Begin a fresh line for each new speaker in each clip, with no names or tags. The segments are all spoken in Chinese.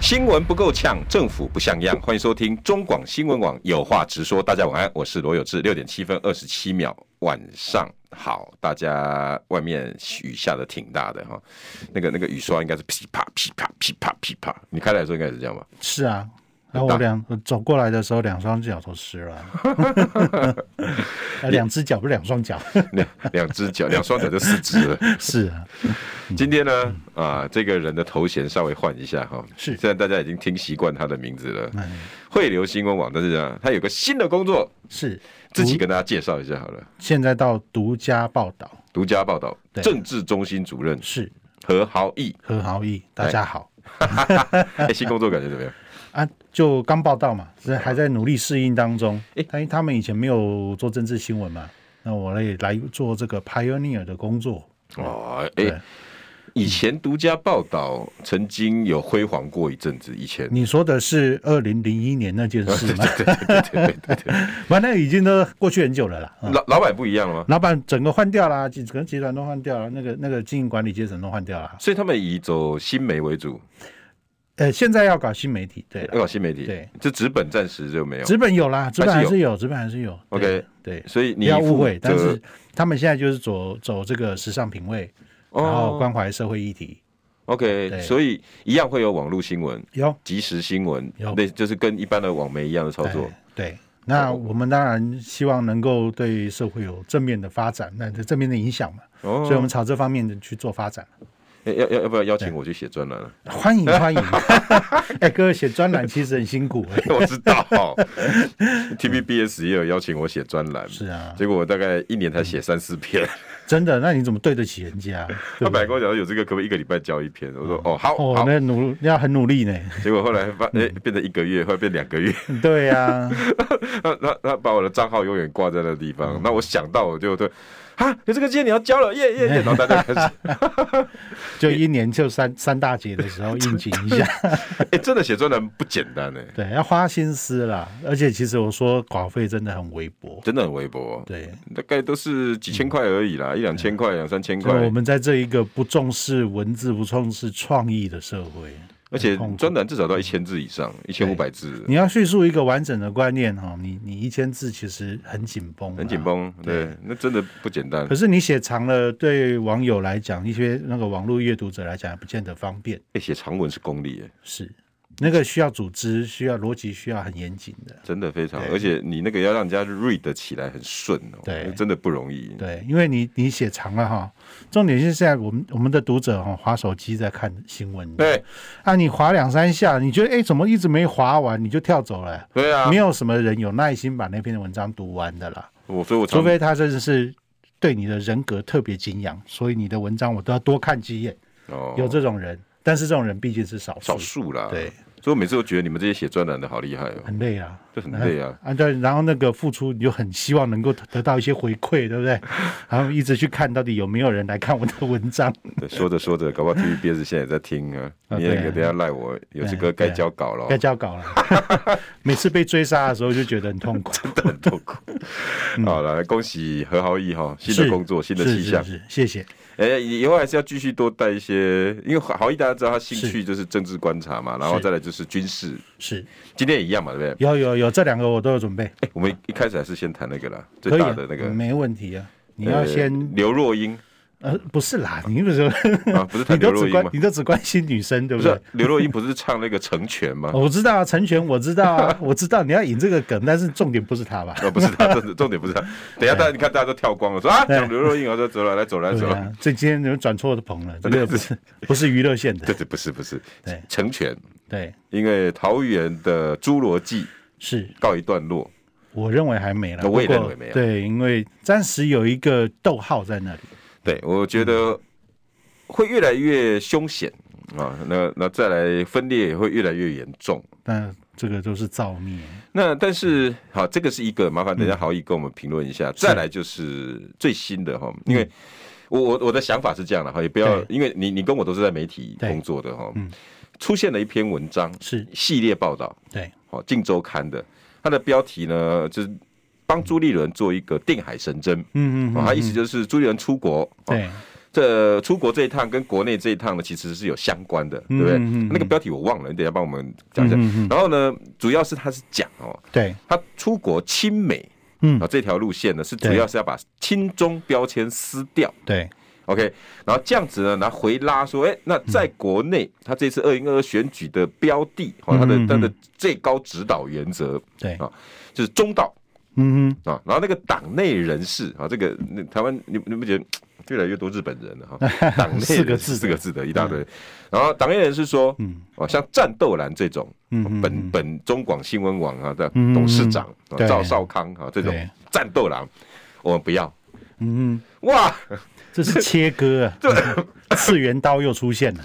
新闻不够呛，政府不像样。欢迎收听中广新闻网，有话直说。大家晚安，我是罗有志。六点七分二十七秒，晚上好，大家外面雨下的挺大的哈，那个那个雨刷应该是噼啪噼啪噼啪噼啪。你开来的时候应该是这样吧？
是啊，然后我两我走过来的时候，两双脚都湿了，啊两只脚不是两双脚，
两两只脚，两双脚就四只了。
是啊，
今天呢，啊，这个人的头衔稍微换一下哈。
是
虽然大家已经听习惯他的名字了，
嗯
汇流新闻网，但是呢，他有个新的工作，
是，
自己
独
跟大家介绍一下好了。
现在到独家报道
独家报道，
对
政治中心主任
是
何豪 毅，
何豪毅，大家好
哎，新工作感觉怎 么样？
啊，就刚报道嘛，这还在努力适应当中
诶，
但他们以前没有做政治新闻嘛，那我也来做这个 pioneer 的工作，
哦，
对
哎，以前独家报道曾经有辉煌过一阵子，以前。
你说的是二零零一年那件事吗？对对对对对，反正已经都过去很久了啦。 嗯
老老板不一样了吗？
老板整个换掉啦，集整个集团都换掉了，那个那个经营管理阶层都换掉了。
所以他们以走新媒为主，
呃，现在要搞新媒体，对
要
了，
搞新媒体，
对，
这纸本暂时就呃没有。
资本有啦，资本
还
还
是
是有，资本还是有。对
OK
对，
所以
不
你
要误会
负，责
但是他们现在就是走走这个时尚品味，然后
哦
关怀社会议题，
，OK，
对
所以一样会有网络新闻、
有
即时新闻
有，
那就是跟一般的网媒一样的操作哦
对。对。那我们当然希望能够对社会有正面的发展，那正面的影响嘛，
哦
所以我们朝这方面的去做发展。
哎要要要不要邀请我去写专栏啊？
欢 迎欢迎！哎，各位写专栏其实很辛苦哎、
我知道，TVBS 也有邀请我写专栏，
是啊，
结果我大概一年才写三四篇。
真的，那你怎么对得起人家？对
他
不对
本来跟我讲说有这个，可不可以一个礼拜交一篇？我说哦好
哦，
好，
那嗯努要很 努力呢。
结果后来发哎变成一个月，后来变两个月，
对啊呀、
他他他把我的账号永远挂在那个地
嗯
方。那我想到我就对。啊，有这个今天你要交了，耶耶耶！ 然后大家开始，
就一年就三三大节的时候应景一下，
哎、真的写专栏不简单哎、
对，要花心思啦。而且其实我说稿费真的很微薄，
真的很微薄，
对，
大概都是几千块而已啦，一两千块、两三千
嗯所以我
块，
们在这一个不重视文字、不重视创意的社会，
而且
痛苦
专栏至少到一千字以上，一千五百字，
你要叙述一个完整的观念哈，你你一千字其实很紧绷，
很紧。绷。对，那真的不简单
啊可。是你写长了，对网友来讲，一些那个网络阅读者来讲，也不见得方便。
哎，写长文是功力、哎
是，那个需要组织，需要逻辑，需要很严谨的。
真的非常，
对
而且你那个要让人家 read 起来很顺哦，
对
真的不容易。
对，因为你你写长了哈，重点是现在我们我们的读者哈，划手机在看新闻，，
对
啊，你划两三下，你觉得哎、诶怎么一直没划完，你就跳走了，
对啊
没，有什么人有耐心把那篇文章读完的啦，
我所以我常
除非他真的是对你的人格特别敬仰，所以你的文章我都要多看几眼，
哦
有这种人，但是这种人毕竟是少数，
少数啦，
对，
所以我每次都觉得你们这些写专栏的好厉害哦，
很累啊。
这很累 啊。
啊，对，然后那个付出，你就很希望能够得到一些回馈，对 不对？然后一直去看到底有没有人来看我的文章。
对，说着说着，搞不 好 TVBS 现在也在听啊，
啊
你也
对啊
等一下赖我，有这
对
个
啊
该交稿了哦
该，交稿了。 每次被追杀的时候就觉得很痛苦。
真的很痛 苦。好了，恭喜何豪毅哈，新的
嗯是
工作，新的气象
是。是是，谢谢。
哎、以后还是要继续多带一些，因为豪毅大家知道他兴趣就是政治观察嘛，然后再来就是军事，
是
今天也一样嘛，对不对？
有有有，这两个我都有准备，
哎、我们一开始还是先谈那个啦，
可
最
以、
大
啊
的那个，
没问题啊。你要先
呃刘若英
呃，不是啦，你那时候
啊，不是谈
你
刘
都
若
只
英
关
吗？
你都只关心女生，对
不
不
是
对？
啊刘若英不是唱那个《成全》 吗？
我知道啊，成全我知道啊，我知道你要引这个梗，但是重点不是他吧？
啊，不是他，重重点不是他。等一下，大家你看大家都跳光了，说啊，讲刘若英，我说走了，来走来
对
走了。
啊，这今天你们转错棚 了，这个不是不是娱乐线的
对，对，不是不是
对，
成全，
对，
因为桃园的《侏罗纪》
是
告一段落，
我认为还没了，
那我也
不
认
过
为没有
对，因为暂时有一个逗号在那里，
对我觉
嗯
得会越哦来越凶险啊，那那再来分裂也会越来越严重。
那这个都是造孽。
那但是好，这个是一个麻烦，等一
嗯
下豪毅跟我们评论一下。再来就是最新的哈，因为我我我的想法是这样的哈，也不要
对
因为你你跟我都是在媒体
对嗯
工作的哈，出现了一篇文章
是
系列报道，
对，
好《镜周刊》的，它的标题呢就是帮朱立伦做一个定海神针。
嗯嗯
哦，
嗯，
他意思就是朱立伦出国，哦，
对，
这出国这一趟跟国内这一趟呢，其实是有相关的，对
嗯
不对？
嗯嗯
那个标题我忘了，你等一下帮我们讲一下。
嗯嗯嗯
然后呢，主要是他是讲哦，
对，
他出国亲美，
嗯
啊、这条路线呢是主
对
要是要把亲中标签撕掉
对，
，OK，然后这样子呢，然后回拉说，哎、那在国内，他这次二零二二选举的标的，哦，他的
嗯嗯嗯
他的最高指导原则
对，
啊，就是中道
嗯嗯，
啊，然后那个党内人士啊，这个那台湾你你不觉得越来越多日本人了哈？ 党内人士
四个字的嗯
四个字的一大堆，然后党内人士说，嗯，哦，像战斗蓝这种，
嗯嗯
本本中广新闻网啊的
嗯
董事长啊
对
赵少康啊这种
对
战斗狼，我们不要。
嗯
哇，
这是切割啊，
对，
次元刀又出现了，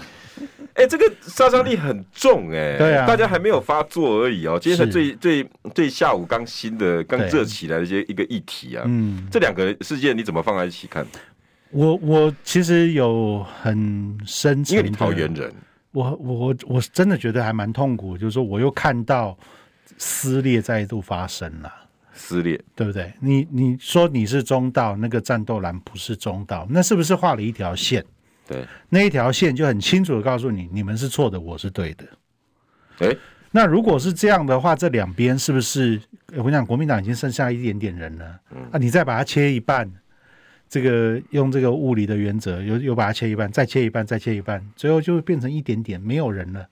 哎，这个杀伤力很重哎，
对啊
大家还没有发作而已哦，今天才
是
最最最下午刚新的刚
对啊
热起来的一些一个议题啊，
嗯。
这两个事件你怎么放在一起看？
我我其实有很深
因
层，
为你桃园，人。
我我我真的觉得还蛮痛苦，就是说我又看到撕裂再度发生了。
撕裂，
对不对？你你说你是中道，那个战斗栏不是中道，那是不是画了一条线？
对，
那一条线就很清楚的告诉你，你们是错的，我是对的。
哎，
那如果是这样的话，这两边是不是？呃我想国民党已经剩下一点点人了，
嗯
啊，你再把它切一半，这个用这个物理的原则，又又把它切一半，再切一半，再切一半，最后就会变成一点点，没有人了。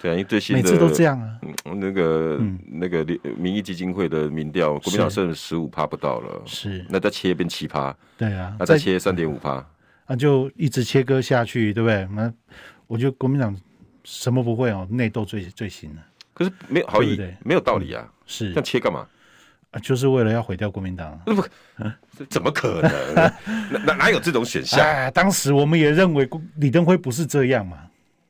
对啊，因为最新的
每次都这样啊，
嗯那个、那个民意基金会的民调，国民党剩十五趴不到了，
是，
那再切变七趴，
对啊，
那再切三点五趴，
啊，就一直切割下去，对不对？那我觉得国民党什么不会哦，内斗最最行了，
可是没有好意
对嗯不对，
没有道理啊，这
是
样切干嘛？
啊，就是为了要毁掉国民党啊。
这怎么可能？哪哪哪有这种选项？
哎，当时我们也认为李登辉不是这样嘛，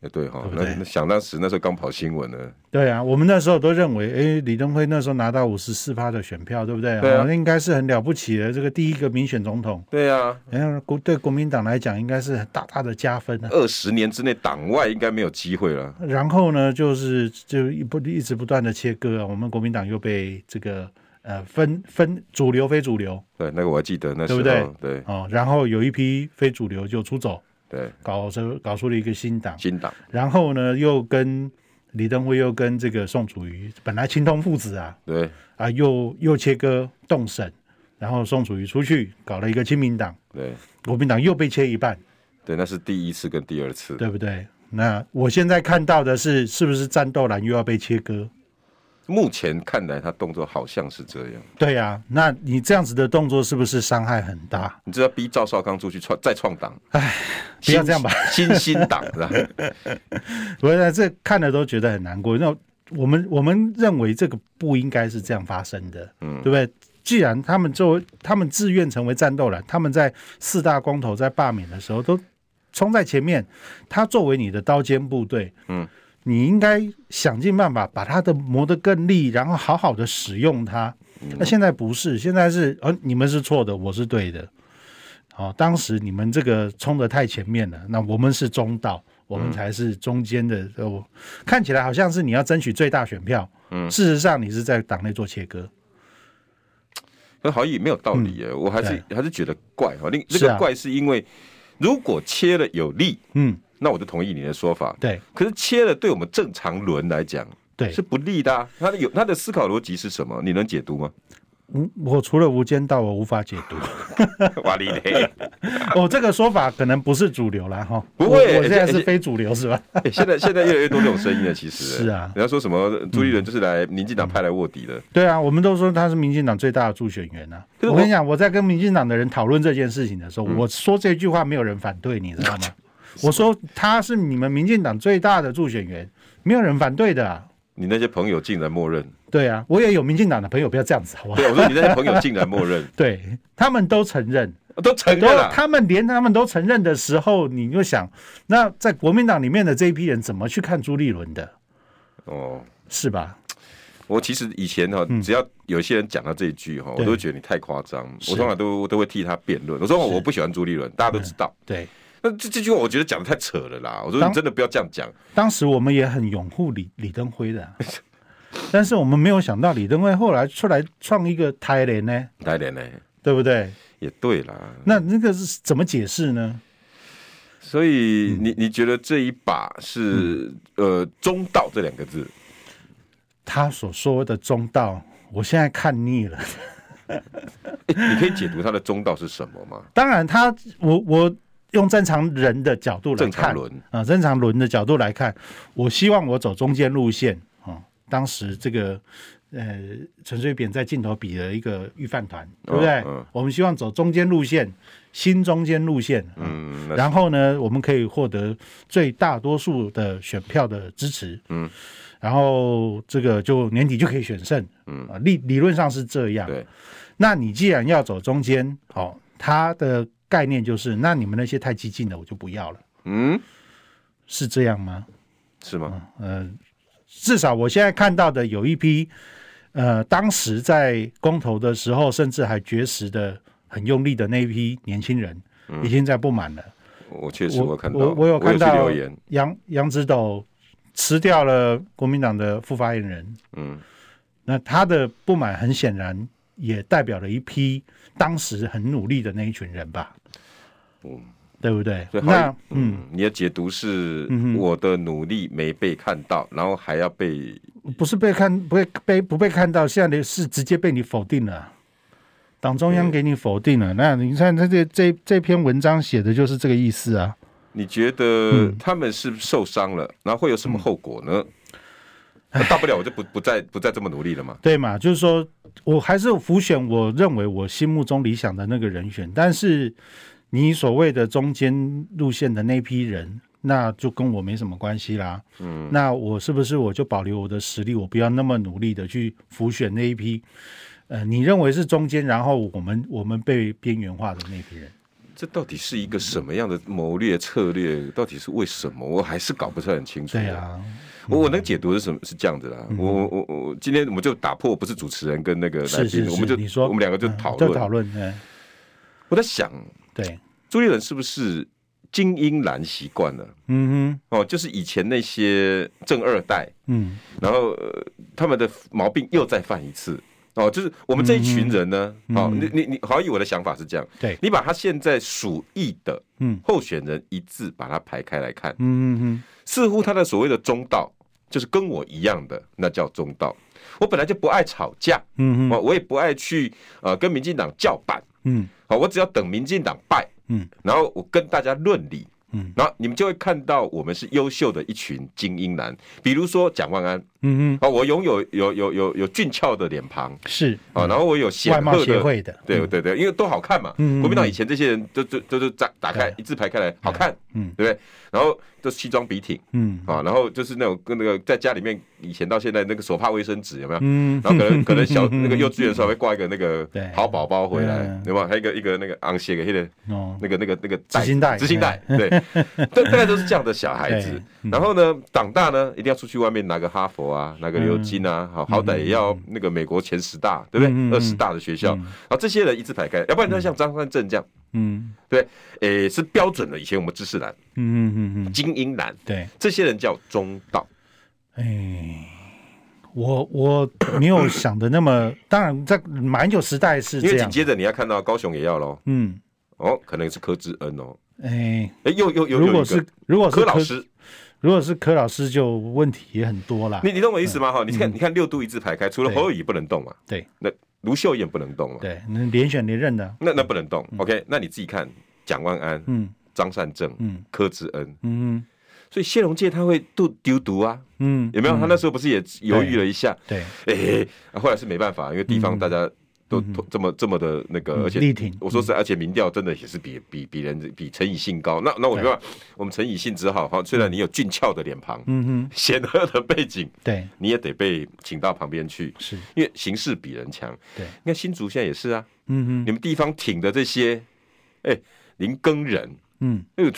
哎对哈、
对不
那
对
那想当时那时候刚跑新闻呢，
对啊，我们那时候都认为，哎，李登辉那时候拿到五十四趴的选票，对不对？
对啊
哦那应该是很了不起的，这个第一个民选总统，
对啊，
然后国对国民党来讲，应该是很大大的加分啊。
二十年之内党外应该没有机会了，
然后呢，就是就一不一直不断的切割啊，我们国民党又被这个呃分分主流非主流
对，那个我还记得那时候，
对不
对
哦，然后有一批非主流就出走，
对
搞出搞出了一个新党，
新党，
然后呢又跟李登辉又跟这个宋楚瑜本来亲通父子啊
对
啊又又切割动审，然后宋楚瑜出去搞了一个亲民党，
对
国民党又被切一半，
对，那是第一次跟第二次，
对不对？那我现在看到的是，是不是战斗蓝又要被切割？
目前看来他动作好像是这样。
对呀、那你这样子的动作是不是伤害很大？
你知道逼赵少康出去创再创党，
不要这样吧，
新，新新党是 吧？
我在这看了都觉得很难过。那我们我们认为这个不应该是这样发生的，嗯，对不对？既然他们作为他们自愿成为战斗蓝，他们在四大公投在罢免的时候都冲在前面，他作为你的刀尖部队，
嗯，
你应该想尽办法把他的磨得更利，然后好好的使用它。那现在不是，现在是呃你们是错的，我是对的。哦，当时你们这个冲得太前面了，那我们是中
嗯
道，我们才是中间的。呃我看起来好像是你要争取最大选票，嗯，事实上你是在党内做切割，
那好像也没有道理耶，我还是还是觉得怪哈。另这
嗯是
个
啊
怪是因为如果切了有利，
嗯，
那我就同意你的说法。
对
可是切了对我们正常人来讲
对
是，不利的、啊。他的有他的思考逻辑是什么？你能解读 吗？
嗯，我除了《无间道》，我无法解 读。
哇你嘞！
我、这个说法可能不是主流啦，哈，
不
我
会
我现在是
哎
非主流是吧？
哎现在现在越来越多这种声音了，其实
是啊嗯
人家说什么朱立伦就是来民进党派来卧底的，
对啊，我们都说他是民进党最大的助选员啊。
可是我
我跟你讲，我在跟民进党的人讨论这件事情的时候，我说这句话没有人反对，你 知道吗？我说他是你们民进党最大的助选员，没有人反对的、啊。
你那些朋友竟然默认。
对啊，我也有民进党的朋友，不要这样子，好不好？
对，我说你那些朋友竟然默认，
对他们都承认，啊
都承
都
认了。
他们连他们都承认的时候，你就想，那在国民党里面的这一批人怎么去看朱立伦的，
哦，
是吧？
我其实以前哈，只要有些人讲到这一句哈，我
嗯对
都觉得你太夸张。我通常都都会替他辩论。我说我不喜欢朱立伦，大家都知道。
对，
那这这句话我觉得讲的太扯了啦。我说
当
你真的不要这样讲。
当时我们也很拥护李李登辉的啊、 但是我们没有想到李登辉后来出来创一个台联呢，
来来来，
对不对？
也对啦。
那那个是怎么解释呢？
所以你你觉得这一把是
嗯
呃中道这两个字？
他所说的中道，我现在看腻了。
诶你可以解读他的中道是什么吗？
当然他，我我用正常人的角度来
正
看
常，轮
啊，正常轮的角度来看，我希望我走中间路线啊、哦当时这个呃，陈水扁在镜头比了一个预饭团，对不对？
嗯嗯
我们希望走中间路线，新中间路线。
嗯，那
然后呢，我们可以获得最大多数的选票的支持，
嗯，
然后这个就年底就可以选胜，嗯，啊、理理论上是这样。
对，
那你既然要走中间，哦，它的概念就是，那你们那些太激进的我就不要了，
嗯，
是这样吗？
是吗？
呃，至少我现在看到的有一批，呃，当时在公投的时候，甚至还绝食的很用力的那一批年轻人，
嗯
已经在不满了。
我确实
嗯我
我看到，
我有看
去
到
留言，
杨杨子斗辞掉了国民党的副发言人，
嗯，
那他的不满很显然也代表了一批当时很努力的那一群人吧，对不对？
嗯对，好
那嗯
嗯，你的解读是我的努力没被看到，然后还要被
不是被看不被被不被看到，现在的是直接被你否定了啊。党中央给你否定了，那你看他这这这篇文章写的就是这个意思啊。
你觉得
嗯
他们是受伤了，然后会有什么后果呢？那大不了我就不不再不再这么努力了嘛。
对嘛？就是说我还是浮选，我认为我心目中理想的那个人选，但是你所谓的中间路线的那批人，那就跟我没什么关系啦。嗯，那我是不是我就保留我的实力，我不要那么努力的去浮选那一批？呃，你认为是中间，然后我们我们被边缘化的那批人，
这到底是一个什么样的谋略策略？到底是为什么？我还是搞不是很清楚。
对，啊，嗯
我我能解读是什么？是这样子啦。我我我我今天我们就打破不是主持人跟那个来
是是
宾，
是，
我们就
你说
我们两个就
嗯
讨
就讨
论。
论，嗯，
我在想，
对，
朱立伦是不是精英蓝习惯了？
嗯
哦，就是以前那些正二代，
哼，嗯，
然后、呃他们的毛病又再犯一次。哦，就是我们这
嗯
一群人呢，哦，你你你，好像以我的想法是这样，
对
你把他现在属意的
嗯
候选人一字把它排开来看，
嗯嗯
似乎他的所谓的中道，就是跟我一样的，那叫中道。我本来就不爱吵架，
嗯
哦，我也不爱去呃跟民进党叫板，
嗯
好，我只要等民进党败，
嗯，
然后我跟大家论理，
嗯，
然后你们就会看到我们是优秀的一群精英男，比如说蒋万安，
嗯哼，
啊，我拥有有有有有俊俏的脸庞
是
啊，然后我有显
嗯
赫
外贸
的，
协会的，
对对对，因为都好看嘛，
嗯嗯
国民党以前这些人都都都都打打开一字排开来，好看，
嗯
对不对？然后都西装笔挺
嗯
啊，然后就是那种跟那个在家里面以前到现在那个手帕卫生纸有没有？
嗯，
然后可能可能小那个幼稚园的时候还会挂一个那个
对
好宝宝回来
嗯，
对吧？还有一个一个那个昂写给那个
哦，
那个那个那个
执行带
执行带，对，大大概都是这样的小孩子
对。
然后呢，长大呢，一定要出去外面拿个哈佛啊，拿个
嗯
牛津啊，好好歹也要那个美国前十大，对不
嗯嗯
对？
嗯
二十大的学校，然后这些人一字排开，要不然就像张三正这样，
嗯
对，诶，是标准的以前我们知识男、
嗯嗯嗯嗯，
精英男，
对，
这些人叫中道。
哎，我我没有想的那么，当然在蛮久时代是
因
这
为紧
样，
接着你要看到高雄也要喽，
嗯，
哦，可能是柯志恩哦，
哎，
诶，又又又
如
又
果
一个
是如果
柯
是
老，师，
如果是柯老师，就问题也很多啦。
你你懂我意思吗？哈，你看你看六度一字排开，除了
对
侯友宜不能动嘛，
嗯对
那卢秀燕不能动嘛，
对，嗯那连选连任的，
那那不能动。OK，那你自己看，蒋万安、
嗯
张善政、
嗯
柯志恩，
嗯
所以谢龙介他会丢丢毒啊，
嗯，
有没有？他那时候不是也犹豫了一下，
对，
哎、啊后来是没办法，因为地方大家都都这么这么的那个，
嗯
呃而且
力挺
我说是，而且民调真的也是比比比人比陈以信高。那那我没办法，我们陈以信只好哈，虽然你有俊俏的脸庞、
嗯
显赫的背景，
哼，对，
你也得被请到旁边去，
是，
因为形势比人强。
对
你看新竹现在也是啊，
嗯哼，
你们地方挺的这些，哎、林耕人，
嗯
哎呦，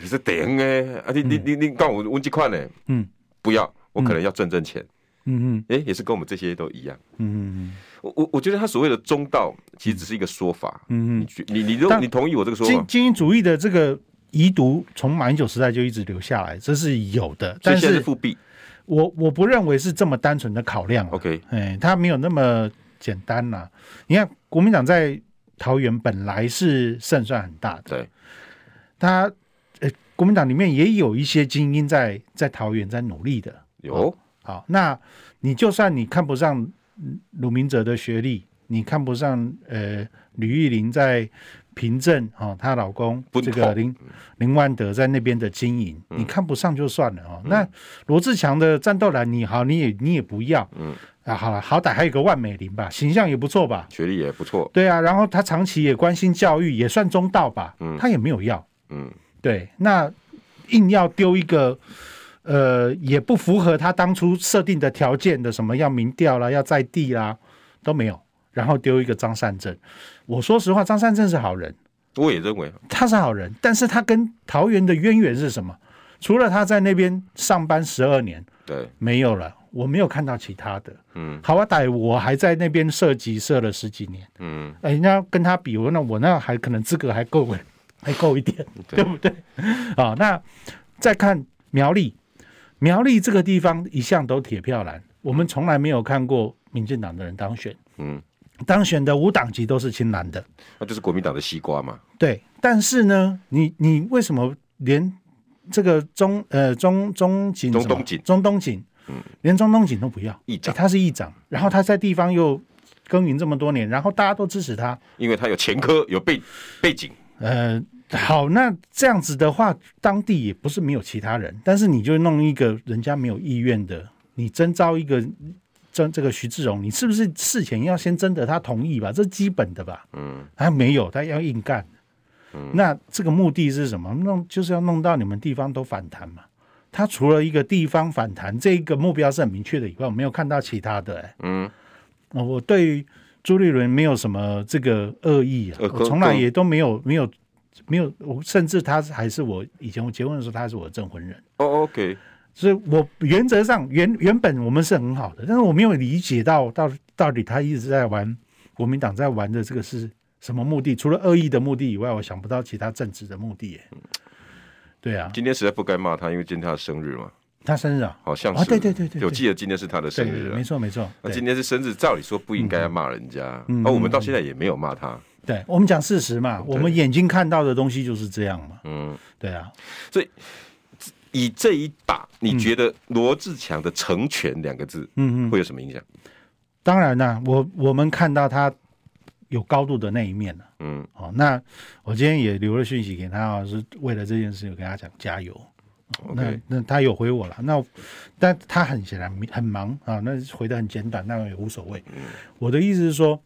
你是顶哎，啊你你你你告我问这款呢？
嗯，
不要，我可能要挣挣钱，哎
嗯
诶，也是跟我们这些都一样。
嗯嗯
我我我觉得他所谓的中道，其实只是一个说法。
嗯
你
嗯
觉你你都
但
你同意我这个说法
精？精英主义的这个遗毒，从马英九时代就一直留下来，这是有的。
所以
但
现在
是
是复辟
我我不认为是这么单纯的考量啊、
，OK，
哎，它没有那么简单啦、你看，国民党在桃园本来是胜算很大的，
对，
他呃，国民党里面也有一些精英在在桃园在努力的。
有
好，那你就算你看不上嗯鲁明哲的学历，你看不上呃吕玉玲在平镇哦，她老公
不
这
同嗯
个林林万德在那边的经营，你看不上就算了哦。那罗志强的战斗栏，你好，你也你也不要，
嗯
啊，好了，好歹还有个万美玲吧，形象也不错吧。
学历也不错，
对啊，然后他长期也关心教育，也算中道吧
嗯，
他也没有要。
嗯，
对，那硬要丢一个，呃，也不符合他当初设定的条件的，什么要民调啦，要在地啦，都没有。然后丢一个张善政，我说实话，张善政是好人，
我也认为
他是好人，但是他跟桃园的渊源是什么？除了他在那边上班十二年，
对，
没有了，我没有看到其他的。
嗯
好啊歹我还在那边射击射了十几年，
嗯，
哎，那跟他比，我那我那还可能资格还够，还够一点。
对，
啊、那再看苗栗，苗栗这个地方一向都铁票栏，我们从来没有看过民进党的人当选，
嗯，
当选的无党籍都是青蓝的，
那就是国民党的西瓜嘛，
对。但是呢，你你为什么连这个中呃中中景
中
什么
东锦
中东锦，连中东锦都不要，
议
哎
长，
他是议长，然后他在地方又耕耘这么多年，然后大家都支持他，
因为他有前科，有背背景，
呃，好，那这样子的话，当地也不是没有其他人，但是你就弄一个人家没有意愿的，你征召一个征这个徐志荣，你是不是事前要先征得他同意吧？这是基本的吧？
嗯，
他没有，他要硬干。那这个目的是什么？弄就是要弄到你们地方都反弹嘛。他除了一个地方反弹这个目标是很明确的以外，我没有看到其他的、欸。
嗯，
呃我对朱立伦没有什么这个恶意啊，
呃
我
可
从来
可
也都没有没有没有，我甚至他还是我以前我结婚的时候，他还是我的证婚人，
哦，OK，
所以我原则上原原本我们是很好的，但是我没有理解到到到底他一直在玩国民党在玩的这个是什么目的？除了恶意的目的以外，我想不到其他政治的目的耶。
嗯
对啊，
今天实在不该骂他，因为今天他的生日嘛，
他生日啊，
好像
啊
是，
对对对对对
我记得今天是他的
对
生
对
日
对，
啊
没。错没错，
那
对
今天是生日，照理说不应该要骂人家，而、
嗯
我们到现在也没有骂他，
对，我们讲事实嘛，我们眼睛看到的东西就是这样嘛，
嗯，
对啊，
以这一把，你觉得罗志强的“成全”两个字
嗯嗯。
会有什么影响？
当然啦，我我们看到他有高度的那一面了。
嗯，
哦，那我今天也留了讯息给他啊，是为了这件事情给他讲加油。哦
OK
那那他有回我了，那但他很显然很忙啊，那回的很简短，那也无所谓。
嗯
我的意思是说，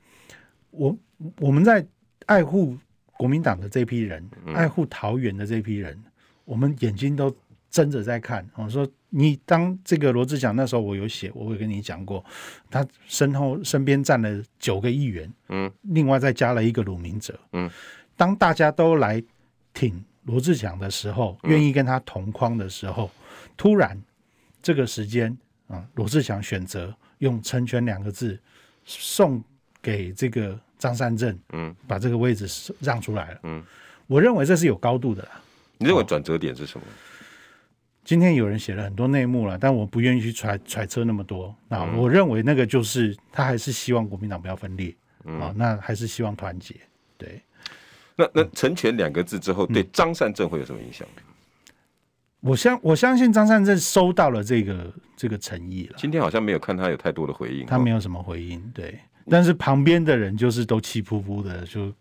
我我们在爱护国民党的这批人，
嗯
爱护桃园的这批人，我们眼睛都睁着在看。我、说，你当这个罗志祥那时候，我有写，我有跟你讲过，他身后身边站了九个议员，
嗯，
另外再加了一个鲁明哲，
嗯，
当大家都来挺罗志祥的时候，
嗯
愿意跟他同框的时候，突然这个时间啊，罗志祥选择用“成全”两个字送给这个张善政，
嗯，
把这个位置让出来了，
嗯，
我认为这是有高度的啦。
你认为转折点是
哦
什么？
今天有人写了很多内幕了，但我不愿意去揣揣测那么多。那我认为那个就是他还是希望国民党不要分裂啊、那还是希望团结。对，
那那“成全”两个字之后，对
嗯
张善政会有什么影响？
我相我相信张善政收到了这个这个诚意了，
今天好像没有看他有太多的回应，
哦
他没有什么回应。对，但是旁边的人就是都气扑扑的，就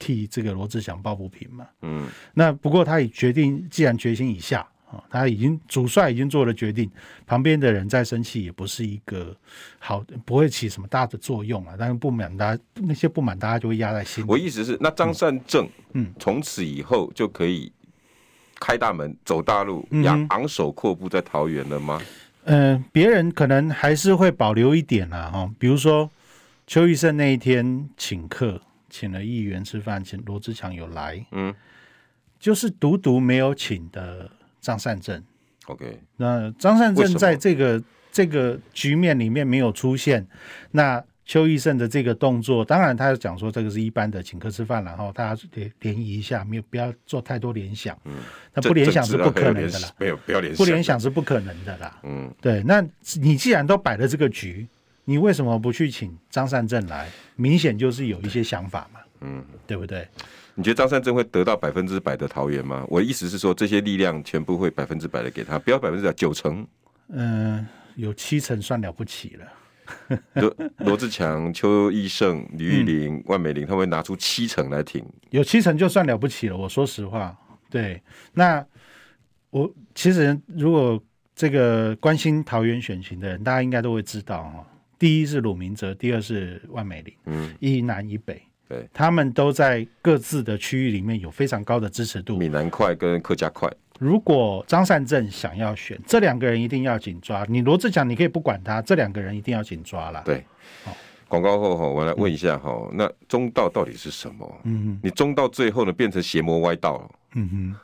替这个罗志祥抱不平嘛。
嗯，
那不过他已决定，既然决心已下啊、他已经主帅已经做了决定，旁边的人再生气也不是一个好，不会起什么大的作用啊。但是不满大家那些不满，大家就会压在心里。
我意思是，那张善政，
嗯，
从此以后就可以开大门走大路，
嗯
扬昂首阔步在桃园了吗？
嗯、别人可能还是会保留一点啦、哈、比如说邱医生那一天请客，请了议员吃饭，请罗志强有来，
嗯
就是独独没有请的张善政。
，OK，
那张善
为什
政
么
在这个这个局面里面没有出现，那邱义胜的这个动作，当然他讲说这个是一般的请客吃饭啦，然后大家联联谊一下，没有不要做太多联想，嗯，那不联想是
啊
不可能的啦，
啊没有不要联
不联想是不可能的啦，嗯，对，那你既然都摆了这个局，你为什么不去请张善政来？明显就是有一些想法嘛，嗯，对不对？
你觉得张善政会得到百分之百的桃园吗？我的意思是说，这些力量全部会百分之百的给他，不要百分之百，九成。
嗯、有七成算了不起了，
罗罗志强、邱义胜、吕玉玲、万美玲，他们会拿出七成来挺。
有七成就算了不起了。我说实话，对，那我其实如果这个关心桃园选情的人，大家应该都会知道哦。第一是鲁明哲，第二是万美玲，嗯，一南一北，
对，
他们都在各自的区域里面有非常高的支持度。
闽南快跟客家快，
如果张善政想要选，这两个人一定要紧抓。你罗志祥，你可以不管他，这两个人一定要紧抓啦。
对。广告后哈，我来问一下哈，那中道到底是什么？嗯，你中道最后呢变成邪魔歪道了。
嗯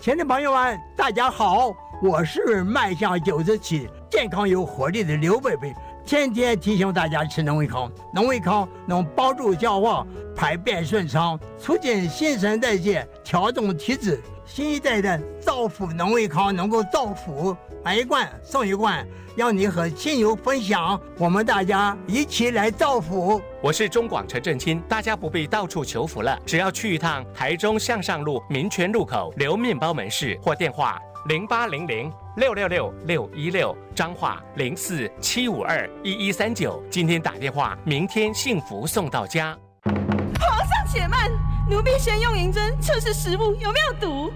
亲爱的朋友们，大家好，我是迈向九十七、健康有活力的刘贝贝，天天提醒大家吃农维康。农维康能帮助消化、排便顺畅，促进新陈代谢，调整体质。新一代的造福农维康能够造福，买一罐送一罐，让你和亲友分享。我们大家一起来造福。
我是中广陈振清，大家不必到处求福了，只要去一趟台中向上路民权路口刘面包门市或电话零八零零六六六六一六，彰化零四七五二一一三九。今天打电话，明天幸福送到家。
皇上且慢，奴婢先用银针测试食物有没有毒。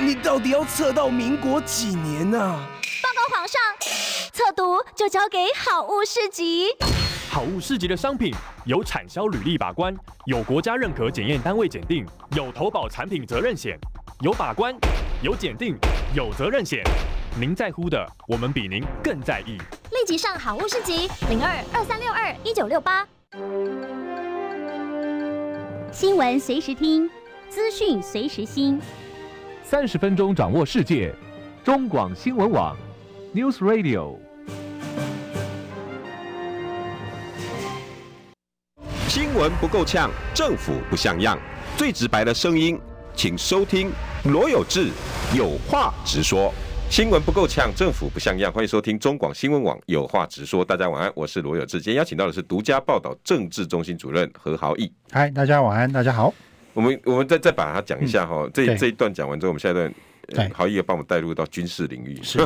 你到底要测到民国几年啊呐、
报告皇上，测毒就交给好物市集。
好物市集的商品有产销履历把关，有国家认可检验单位检定，有投保产品责任险，有把关，有检定，有责任险。您在乎的，我们比您更在意。
立即上好物市集零二二三六二一九六八。新闻随时听，资讯随时新。
三十分钟掌握世界，中广新闻网，News Radio。
新闻不够呛，政府不像样，最直白的声音，请收听罗有志有话直说。
新闻不够呛，政府不像样。欢迎收听中广新闻网，有话直说。大家晚安，我是罗有志。今天邀请到的是独家报道政治中心主任何豪毅。
嗨，大家晚安，大家好。
我们我们再再把它讲一下哈、这
嗯对
这一段讲完之后，我们下一段。呃
对
豪毅也帮我们带入到军事领域，是。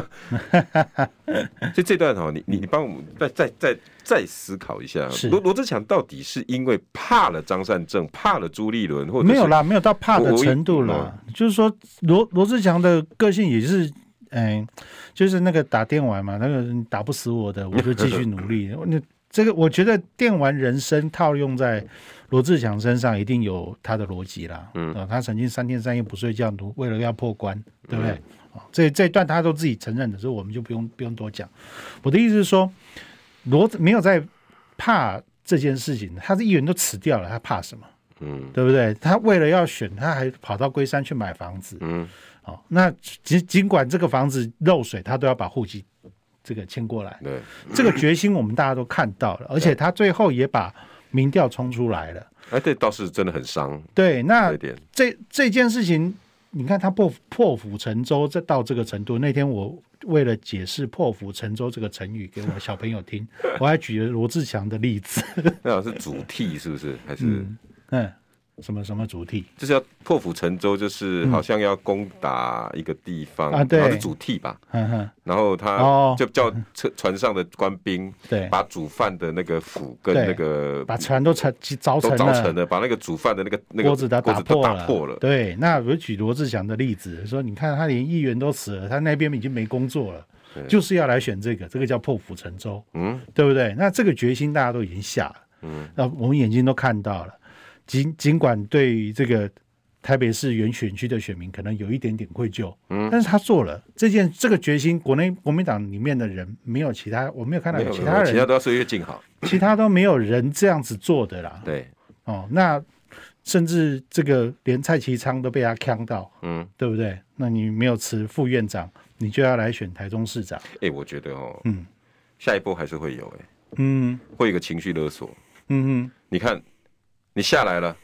所以这段哈，你你你帮我们再再再再思考一下，
是
罗罗志强到底是因为怕了张善政，怕了朱立伦，或者是
没有啦，没有到怕的
我我一嗯
程度啦。就是说罗罗志祥的个性也是，嗯、就是那个打电玩嘛，那个你打不死我的，我就继续努 力。那这个我觉得电玩人生套用在罗志祥身上，一定有他的逻辑啦。嗯、他曾经三天三夜不睡觉，努为了要破关，对不对？
嗯
哦这这一段他都自己承认的，所以我们就不用不用多讲。我的意思是说，罗没有在怕这件事情，他的议员都辞掉了，他怕什么？
嗯
对不对？他为了要选，他还跑到龟山去买房子。
嗯，
哦，那尽尽管这个房子漏水，他都要把户籍这个迁过 来。
对。
这个决心我们大家都看到了，而且他最后也把民调冲出来了。
哎，这倒是真的很伤这
对，那
一点。
这这件事情，你看他破破釜沉舟，这到这个程度。那天我为了解释“破釜沉舟”这个成语给我小朋友 听，我还举了罗志祥的例子。
那好像是主替是不是？还是、
嗯，什么什么主题？
就是要破釜沉舟，就是好像要攻打一个地方，
嗯啊对
然后是主替吧，
哼哼，
然后他
哦
就叫船船上的官兵
对，
把煮饭的那个釜跟
对
那个
把船都成凿
都
成
凿
了。
成了，把那个煮饭的那个那个
锅子都打
都
破
打破了。
对，那我举罗志祥的例子，说你看他连议员都辞了，他那边已经没工作了，就是要来选这个，这个叫破釜沉舟，
嗯，
对不对？那这个决心大家都已经下了，嗯，那我们眼睛都看到了，尽尽管对于这个。台北市原选区的选民可能有一点点愧疚，嗯，但是他做了这件这个决心，国内国民党里面的人没有其他，我没有看到
没
有
有
其
其
他
他
人，
都要岁月静好。
其他都没有人这样子做的啦，
对，
哦，那甚至这个连蔡其昌都被他呛到，
嗯，
对不对？那你没有辞副院长，你就要来选台中市长。
哎，我觉得哦，
嗯
下一波还是会有，哎，
嗯
会有一个情绪勒索。
嗯
你看，你下来了，
嗯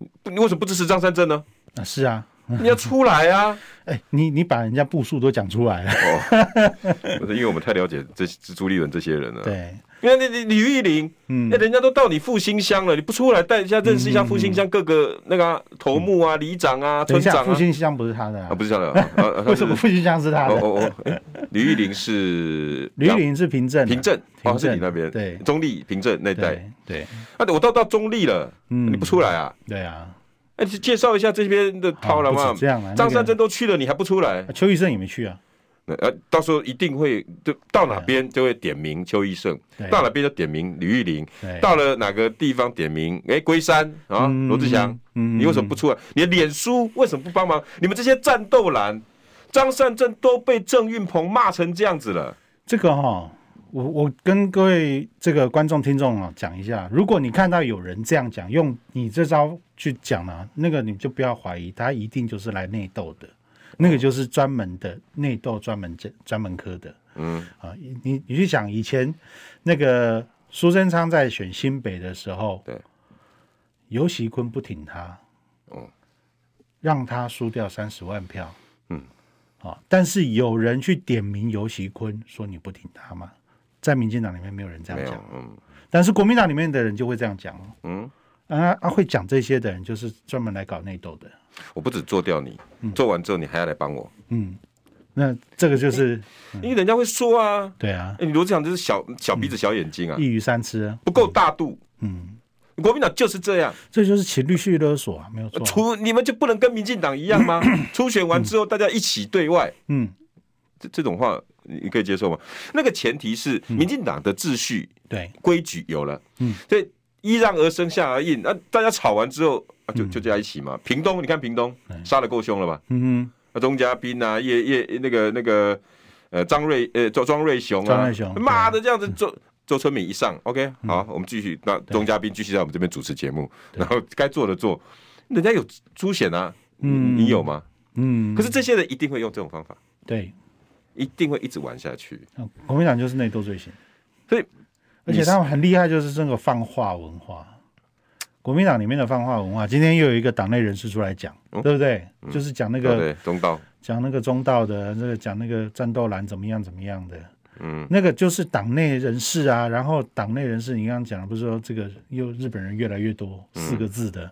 嗯，
不你为什么不支持张三镇 呢？
啊是啊，
你要出来啊！
哎、你你把人家步数都讲出来了，
哦 不是因为我们太了解这这朱立伦这些人了。，
对，
因为那李玉玲，
嗯
那人家都到你复兴乡了，你不出来带一下认识一下复兴乡各个那个啊头目啊、里长啊、
嗯
村
等一下，
长
复
啊，
兴乡不是他的、
啊不是这 样的啊啊，啊
为什
他是
么复兴乡是他
哦
的？
哦哦， 哎李玉玲是
吕岭是平镇的，
平镇，哦
平
是
镇
你那边
对
中立平镇那一带。
对对
啊，我到到中立了，
嗯
你不出来啊？
对啊，
哎，你介绍一下这边的涛了
好
嘛
不止？这样啊，那
张
个
三珍都去了，你还不出来？
邱医生也没去啊，
那呃，到时候一定会就到哪边就会点名邱医胜，
对
到哪边就点名吕玉玲，
对，
到了哪个地方点名，哎，龟山啊，
哎嗯
罗志祥，
嗯
你为什么不出来？你的脸书为什么不帮忙？你们这些战斗蓝，张善政都被郑运鹏骂成这样子了，
这个哈、我我跟各位这个观众听众啊讲一下，如果你看到有人这样讲，用你这招去讲啊，那个你就不要怀疑，他一定就是来内斗的，那个就是专门的内斗专门这专门科的
嗯，
啊。你你你去想以前那个苏贞昌在选新北的时候，
对，
尤喜坤不挺他，
哦
让他输掉三十万票，
嗯，
啊，但是有人去点名尤喜坤说你不挺他吗？在民进党里面没有人这
没
样
有
讲，，
嗯
但是国民党里面的人就会这样讲哦。
嗯，
啊啊，会讲这些的人就是专门来搞内斗的。
我不止做掉你，做完之后你还要来帮我，
嗯，那这个就是
因为人家会说哎啊，
对啊，
哎，你罗志祥就是小小鼻子小眼睛啊
一，鱼三吃啊。
不够大度，
嗯，
国民党就是这样。
这就是情绪绪勒索啊，没有错啊。
除你们就不能跟民进党一样 吗？初选完之后，大家一起对外，
嗯，
这这种话你可以接受吗？那个前提是
嗯
民进党的秩序
对，
规矩有了，
嗯，
所以依让而生，下而应。那、大家吵完之后，啊、就就在一起嘛。屏东，你看屏东
哎
杀的够凶了吧？
嗯
那钟嘉宾啊，叶叶那个那个呃张瑞呃庄庄瑞雄啊，
庄瑞雄
妈的
对嗯
这样子周周春敏一上，OK，好，我们继续，那钟嘉宾继续在我们这边主持节目，然后该做的做，人家有出险啊，
嗯
你你有吗？
哼，嗯，
可是这些人一定会用这种方法，
对，
一定会一直玩下去。
嗯国民党就是内斗罪行，
所以
而且他们很厉害，就是这个放话文化。国民党里面的放话文化，今天又有一个党内人士出来讲，
嗯
对不对？就是讲那
对
个
对，中道，
讲那个中道的，这个讲那个战斗蓝怎么样怎么样的，
嗯，
那个就是党内人士啊。然后党内人士，你刚刚讲的不是说这个又日本人越来越多四个字的，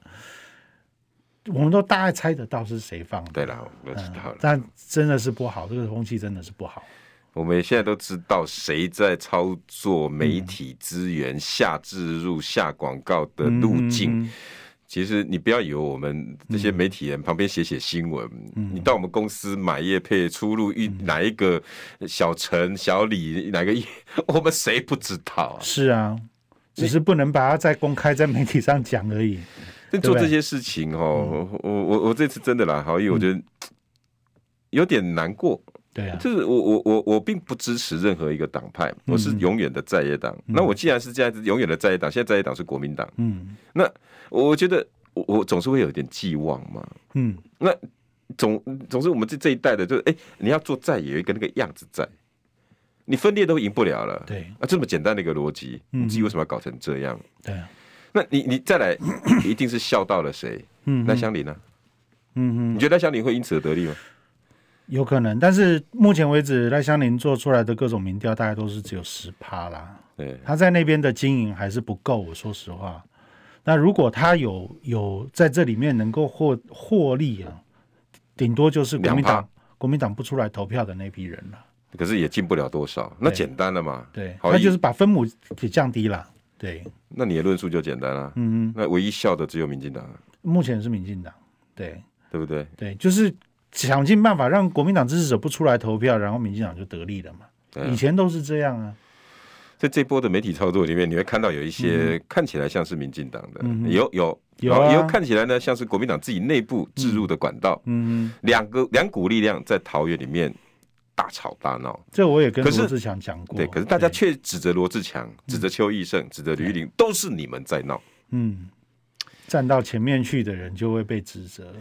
嗯
我们都大概猜得到是谁放的。
对啦，我知
嗯
道了。
但真的是不好，这个风气真的是不好。
我们现在都知道谁在操作媒体资源、下置入、下广告的路径。
嗯
其实你不要以为我们这些媒体人旁边写写新闻，
嗯
你到我们公司买业配出入一、哪一个小陈、小李哪个业， 我们谁不知道啊？
是啊，只是不能把它再公开在媒体上讲而已。
但做这些事情哦，
嗯
我我我这次真的啦，好，因为我觉得有点难过，
对啊，
就是我我我我并不支持任何一个党派，
嗯
我是永远的在野党。那我既然是这样子永远的在野党，现在在野党是国民党，
嗯
那我觉得我我总是会有点寄望嘛。
嗯，
那总总是我们这这一代的，就是哎、你要做在野有一个那个样子在，你分裂都赢不了了。
对
啊，这么简单的一个逻辑，
嗯
你自己为什么要搞成这样？
对啊，
那你你再来，一定是笑到了谁？
嗯
赖香林呢？
嗯
你
嗯，
觉得赖香林会因此而得利吗？
有可能。但是目前为止，赖香林做出来的各种民调，大概都是只有十趴啦。
对，
他在那边的经营还是不够，我说实话。那如果他有有在这里面能够获获利啊，顶多就是国民
2%
党国民党不出来投票的那批人了。
可是也进不了多少，那
对
简单了嘛。
对，
好
他
意，
就是把分母给降低了。对，
那你的论述就简单了。
嗯，
那唯一笑的只有民进党啊，
目前是民进党。对，
对不对？
对，就是想尽办法让国民党支持者不出来投票，然后民进党就得利了嘛。
对啊
以前都是这样啊，
在这波的媒体操作里面，你会看到有一些看起来像是民进党的，
嗯哼
有有
有
然后
啊
也有看起来呢像是国民党自己内部置入的管道，
嗯，
两个两股力量在桃园里面大吵大闹。
这我也跟
可是
罗志祥讲过。
对，可是大家却指责罗志强、指责邱义胜、指责吕玉玲，都是你们在闹。
嗯，站到前面去的人就会被指责。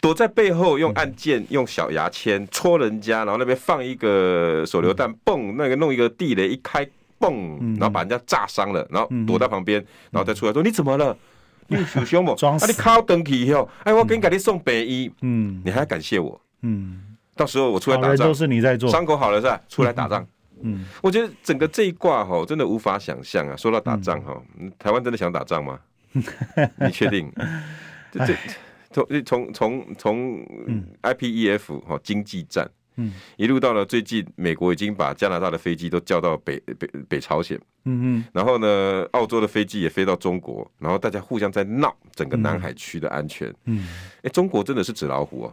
躲在背后用按
嗯
键、用小牙签戳人家，然后那边放一个手榴
嗯
弹，蹦那个弄一个地雷，一开蹦，然后把人家炸伤了，然后躲在旁边，然后再出来说你怎么了？你受伤吗？
嗯 装
啊，
死
你靠登去以后，哎，我给你给你送北医，
嗯
你还要感谢我。
嗯，
到时候我出来
好
打
人
仗
都，是你在做，
伤口好了是吧？出来打仗。
嗯，
我觉得整个这一卦哈，真的无法想象啊！说到打仗哈，嗯台湾真的想打仗 吗？你确定？这这从从从从 IPEF 哈经济战，
嗯，
一路到了最近，美国已经把加拿大的飞机都叫到北北北朝鲜，
嗯
然后呢，澳洲的飞机也飞到中国，然后大家互相在闹整个南海区的安全。
嗯
哎，中国真的是纸老虎哦、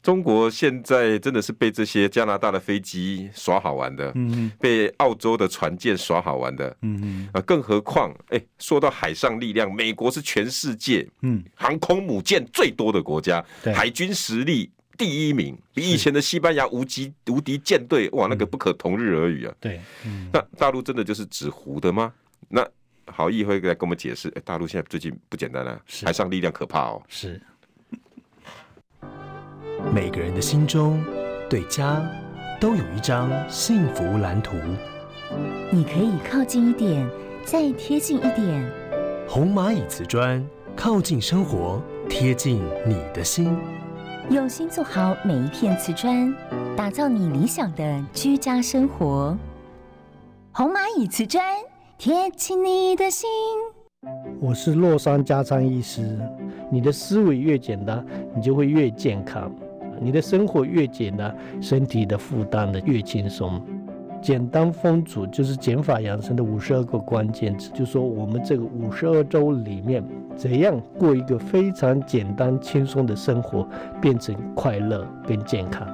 中国现在真的是被这些加拿大的飞机耍好玩的，
嗯
被澳洲的船舰耍好玩的。
嗯
啊，更何况，哎，说到海上力量，美国是全世界
嗯
航空母舰最多的国家
对，
海军实力第一名，比以前的西班牙无敌无敌舰队，哇，那
嗯
个不可同日而语啊！
对，嗯
那大陆真的就是纸糊的吗？那好意会来跟我们解释，哎，大陆现在最近不简单了、啊，
是
海上力量可怕哦。
是，
每个人的心中对家都有一张幸福蓝图。
你可以靠近一点，再贴近一点。
红蚂蚁瓷砖，靠近生活，贴近你的心。
用心做好每一片瓷砖，打造你理想的居家生活。红蚂蚁瓷砖，贴近你的心。
我是洛杉加餐医师。你的思维越简单，你就会越健康；你的生活越简单，身体的负担的越轻松。简单丰足就是减法养生的五十二个关键字，就说我们这个五十二周里面，怎样过一个非常简单轻松的生活，变成快乐跟健康。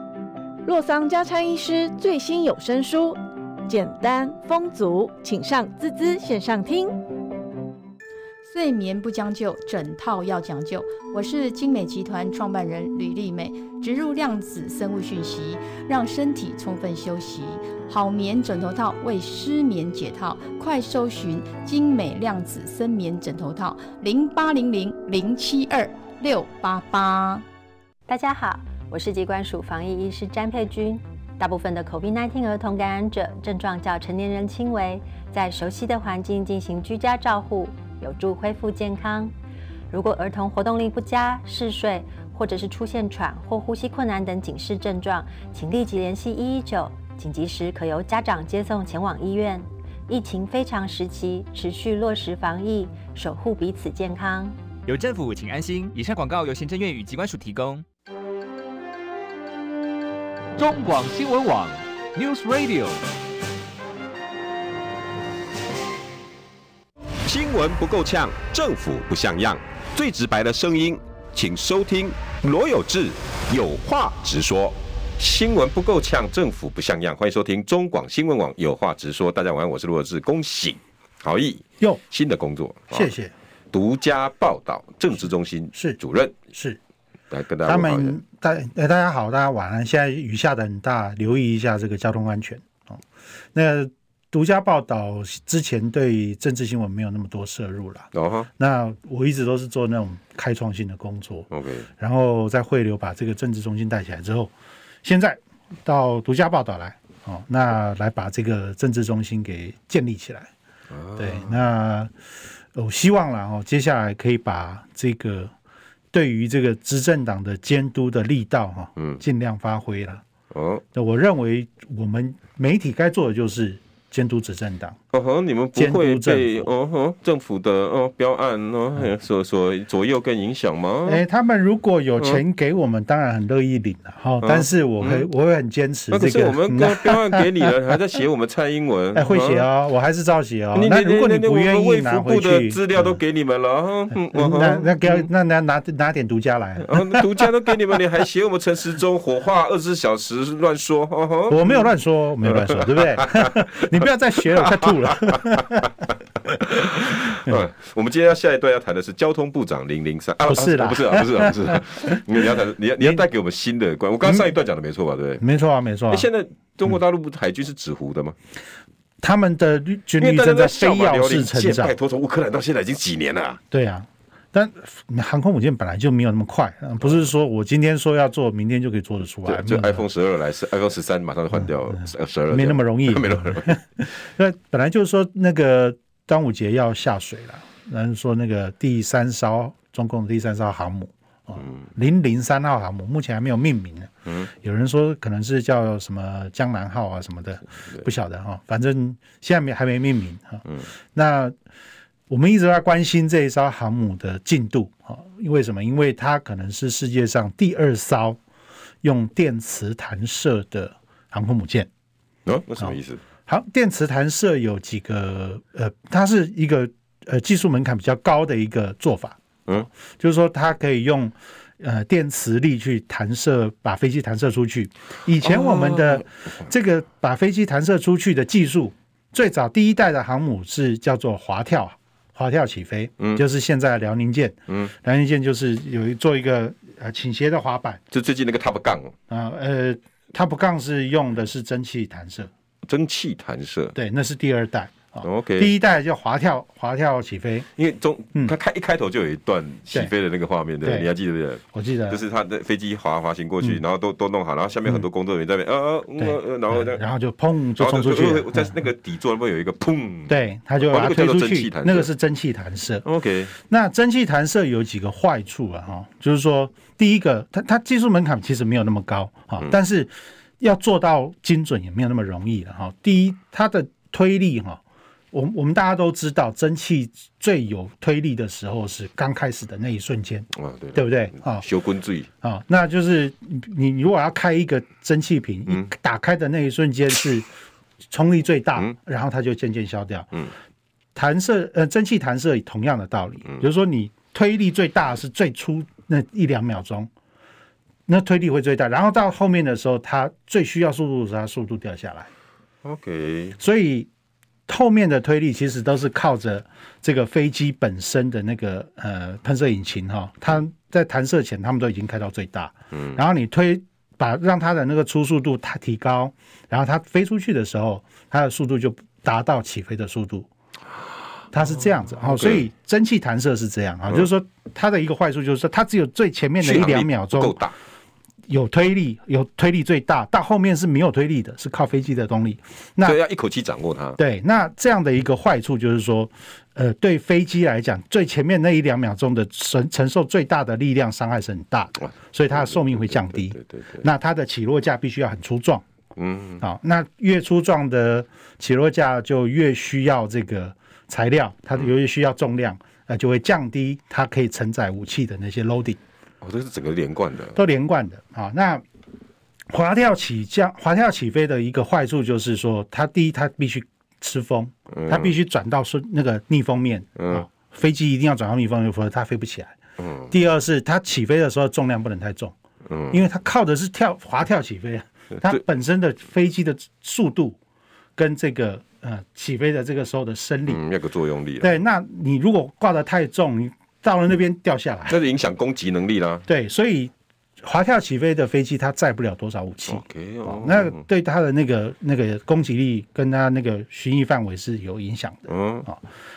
洛桑加餐医师最新有声书《简单丰足》，请上滋滋线上听。
睡眠不将就，整套要讲究。我是精美集团创办人吕丽美，植入量子生物讯息，让身体充分休息。好眠枕头套为失眠解套，快搜寻精美量子深眠枕头套零八零零零七二六八八。
大家好，我是疾管署防疫医师詹佩君。大部分的 COVID-19 儿童感染者症状较成年人轻微，在熟悉的环境进行居家照护，有助恢复健康。如果儿童活动力不佳、嗜睡，或者是出现喘或呼吸困难等警示症状，请立即联系一一九，紧急时可由家长接送前往医院。疫情非常时期，持续落实防疫，守护彼此健康。
有政府，请安心。以上广告由行政院与机关署提供。
中广新闻网 News Radio。
新闻不够呛，政府不像样，最直白的声音，请收听罗有志有话直说。
新闻不够呛，政府不像样。欢迎收听中广新闻网，有话直说。大家晚安，我是罗志，恭喜好意
哟，
新的工作，
谢谢。
独家报道，政治中心
是
主任
是
来跟大家
他
问好一下
们大呃大家好，大家晚安。现在雨下的很大，留意一下这个交通安全哦。那独家报道之前对政治新闻没有那么多摄入啦。
哦哈
那我一直都是做那种开创性的工作，
，OK，
然后在汇流把这个政治中心带起来之后，现在到独家报道来哦，那来把这个政治中心给建立起来。
啊
对，那呃我希望啦哦，接下来可以把这个对于这个执政党的监督的力道哈、
嗯
尽量发挥啦。
哦
那我认为我们媒体该做的就是监督执政党。
哦吼，你们不
监督
会
政
被哦吼政府的哦标案哦哎所所左右跟影响吗？
哎，他们如果有钱给我们，当然很乐意领了、哈、
嗯
但是我会、
嗯
我会很坚持
那
这
可是
个。
我 们
那
标标案给你了，还在写我们蔡英文，
哎，会写
啊。
哦，我还是照写哦
你。
那
你
如果
你
你不愿
我们
意
卫
拿
福
回
部的
去，嗯
资料都给你们了啊，嗯嗯
那那给
嗯
那拿拿拿点独家来。
啊，独家都给你们，你还写我们陈时中火化二十四小时乱说？哦吼
我没有乱说，我没有乱 说，对不对？你不要再学 了，我快吐了。
嗯，我们今天要下一段要谈的是交通部长零零三啊，
不是啦
啊不是啊，不是啊，不 是啊，你你要谈，你要你要带给我们新的观，我刚刚上一段讲的没错吧？对不对？
没错啊，没错啊
哎。现在中国大陆不海军是纸糊的吗？
他们的绿军
因为
力
大家
正
在
在
笑
飞
嘛，
跃
辽宁
式成
舰
长
拜，托从乌克兰到现在已经几年了啊，
对啊。
但航空母舰本来就没有那么快，呃不是说我今天说要做，明天就可以做得出来。
就就
没有
iPhone 十二来，是 iPhone 十三马上就换掉十二，
嗯没那么容易
没那么容易。
那本来就是说那个端午节要下水了，然后说那个第三艘中共的第三艘航母，零零三号航母目前还没有命名呢。
嗯，
有人说可能是叫什么江南号啊什么的，不晓得哈，反正现在没还没命名哈。
嗯，
那我们一直在关心这一艘航母的进度啊，因为什么？因为它可能是世界上第二艘用电磁弹射的航空母舰。
哦，那什么意思？
好，电磁弹射有几个呃，它是一个呃技术门槛比较高的一个做法，
嗯，
就是说它可以用呃电磁力去弹射，把飞机弹射出去。以前我们
哦
的这个把飞机弹射出去的技术，最早第一代的航母是叫做滑跳。滑跳起飞，
嗯
就是现在的辽宁舰，
嗯，
辽宁舰就是有一做一个呃倾斜的滑板
就最近那个 Top 杠
啊，呃，它不杠是用的是蒸汽弹射，
蒸汽弹射，
对，那是第二代。
，OK，
哦第一代叫滑跳滑跳起飞，
因为中，他开一开头就有一段起飞的那个画面，对不对，
对
你还记得不记得？
我记得
就是他的飞机滑滑行过去，
嗯
然后都都弄好，然后下面很多工作人员在那边，呃呃嗯
对
呃，呃然后这样
然后就砰就
然后
冲出去了
呃
嗯
呃在那个底座那边有一个砰，
对，它就
哦
把
那
它
个叫
推
做
出
蒸汽
去
弹，射
嗯那个是蒸汽弹射。
OK，
那蒸汽弹射有几个坏处啊？哈，就是说，第一个，它它技术门槛其实没有那么高啊，
嗯
但是要做到精准也没有那么容易了哈。第一，它的推力哈，我我们大家都知道，蒸汽最有推力的时候是刚开始的那一瞬间，
啊，对了
对不对啊？
修滚醉，
啊、那就是你你你如果要开一个蒸汽瓶，
嗯
一打开的那一瞬间是冲力最大，然后它就渐渐消掉。
嗯，
弹射呃，蒸汽弹射也同样的道理，比如说你推力最大是最初那一两秒钟，那推力会最大，然后到后面的时候，它最需要速度的时候，它速度掉下来。
OK，
所以后面的推力其实都是靠着这个飞机本身的那个呃喷射引擎哈、它在弹射前他们都已经开到最大，
嗯，
然后你推把让它的那个出速度它提高，然后它飞出去的时候，它的速度就达到起飞的速度。它是这样子哦，
OK
所以蒸汽弹射是这样啊，
嗯
就是说它的一个坏处就是说它只有最前面的一两秒
续航力不够
钟
大，
有推力，有推力最大，到后面是没有推力的，是靠飞机的动力。那
所以要一口气掌握它，
对，那这样的一个坏处就是说，呃，对飞机来讲，最前面那一两秒钟的承承受最大的力量伤害是很大的，所以它的寿命会降低。
对对对，
那它的起落架必须要很粗壮，
嗯，
好、那越粗壮的起落架就越需要这个材料，它就越需要重量，呃，就会降低它可以承载武器的那些 loading。
哦，这是整个连贯的，
都连贯的啊。那滑跳起降、滑跳起飞的一个坏处就是说，它第一，它必须吃风，
嗯
它必须转到顺那个逆风面，
嗯
飞机一定要转到逆风面，否则它飞不起来。
嗯
第二是它起飞的时候重量不能太重，
嗯，
因为它靠的是跳滑跳起飞啊，它本身的飞机的速度跟这个呃起飞的这个时候的升力。
嗯，要有个作用力，，
对，那你如果挂得太重，你到了那边掉下来。
那就影响攻击能力啦。
对，所以滑跳起飞的飞机它载不了多少武器。
OK，哦，
那对它的那个那个攻击力跟它那个巡弋范围是有影响的。
嗯，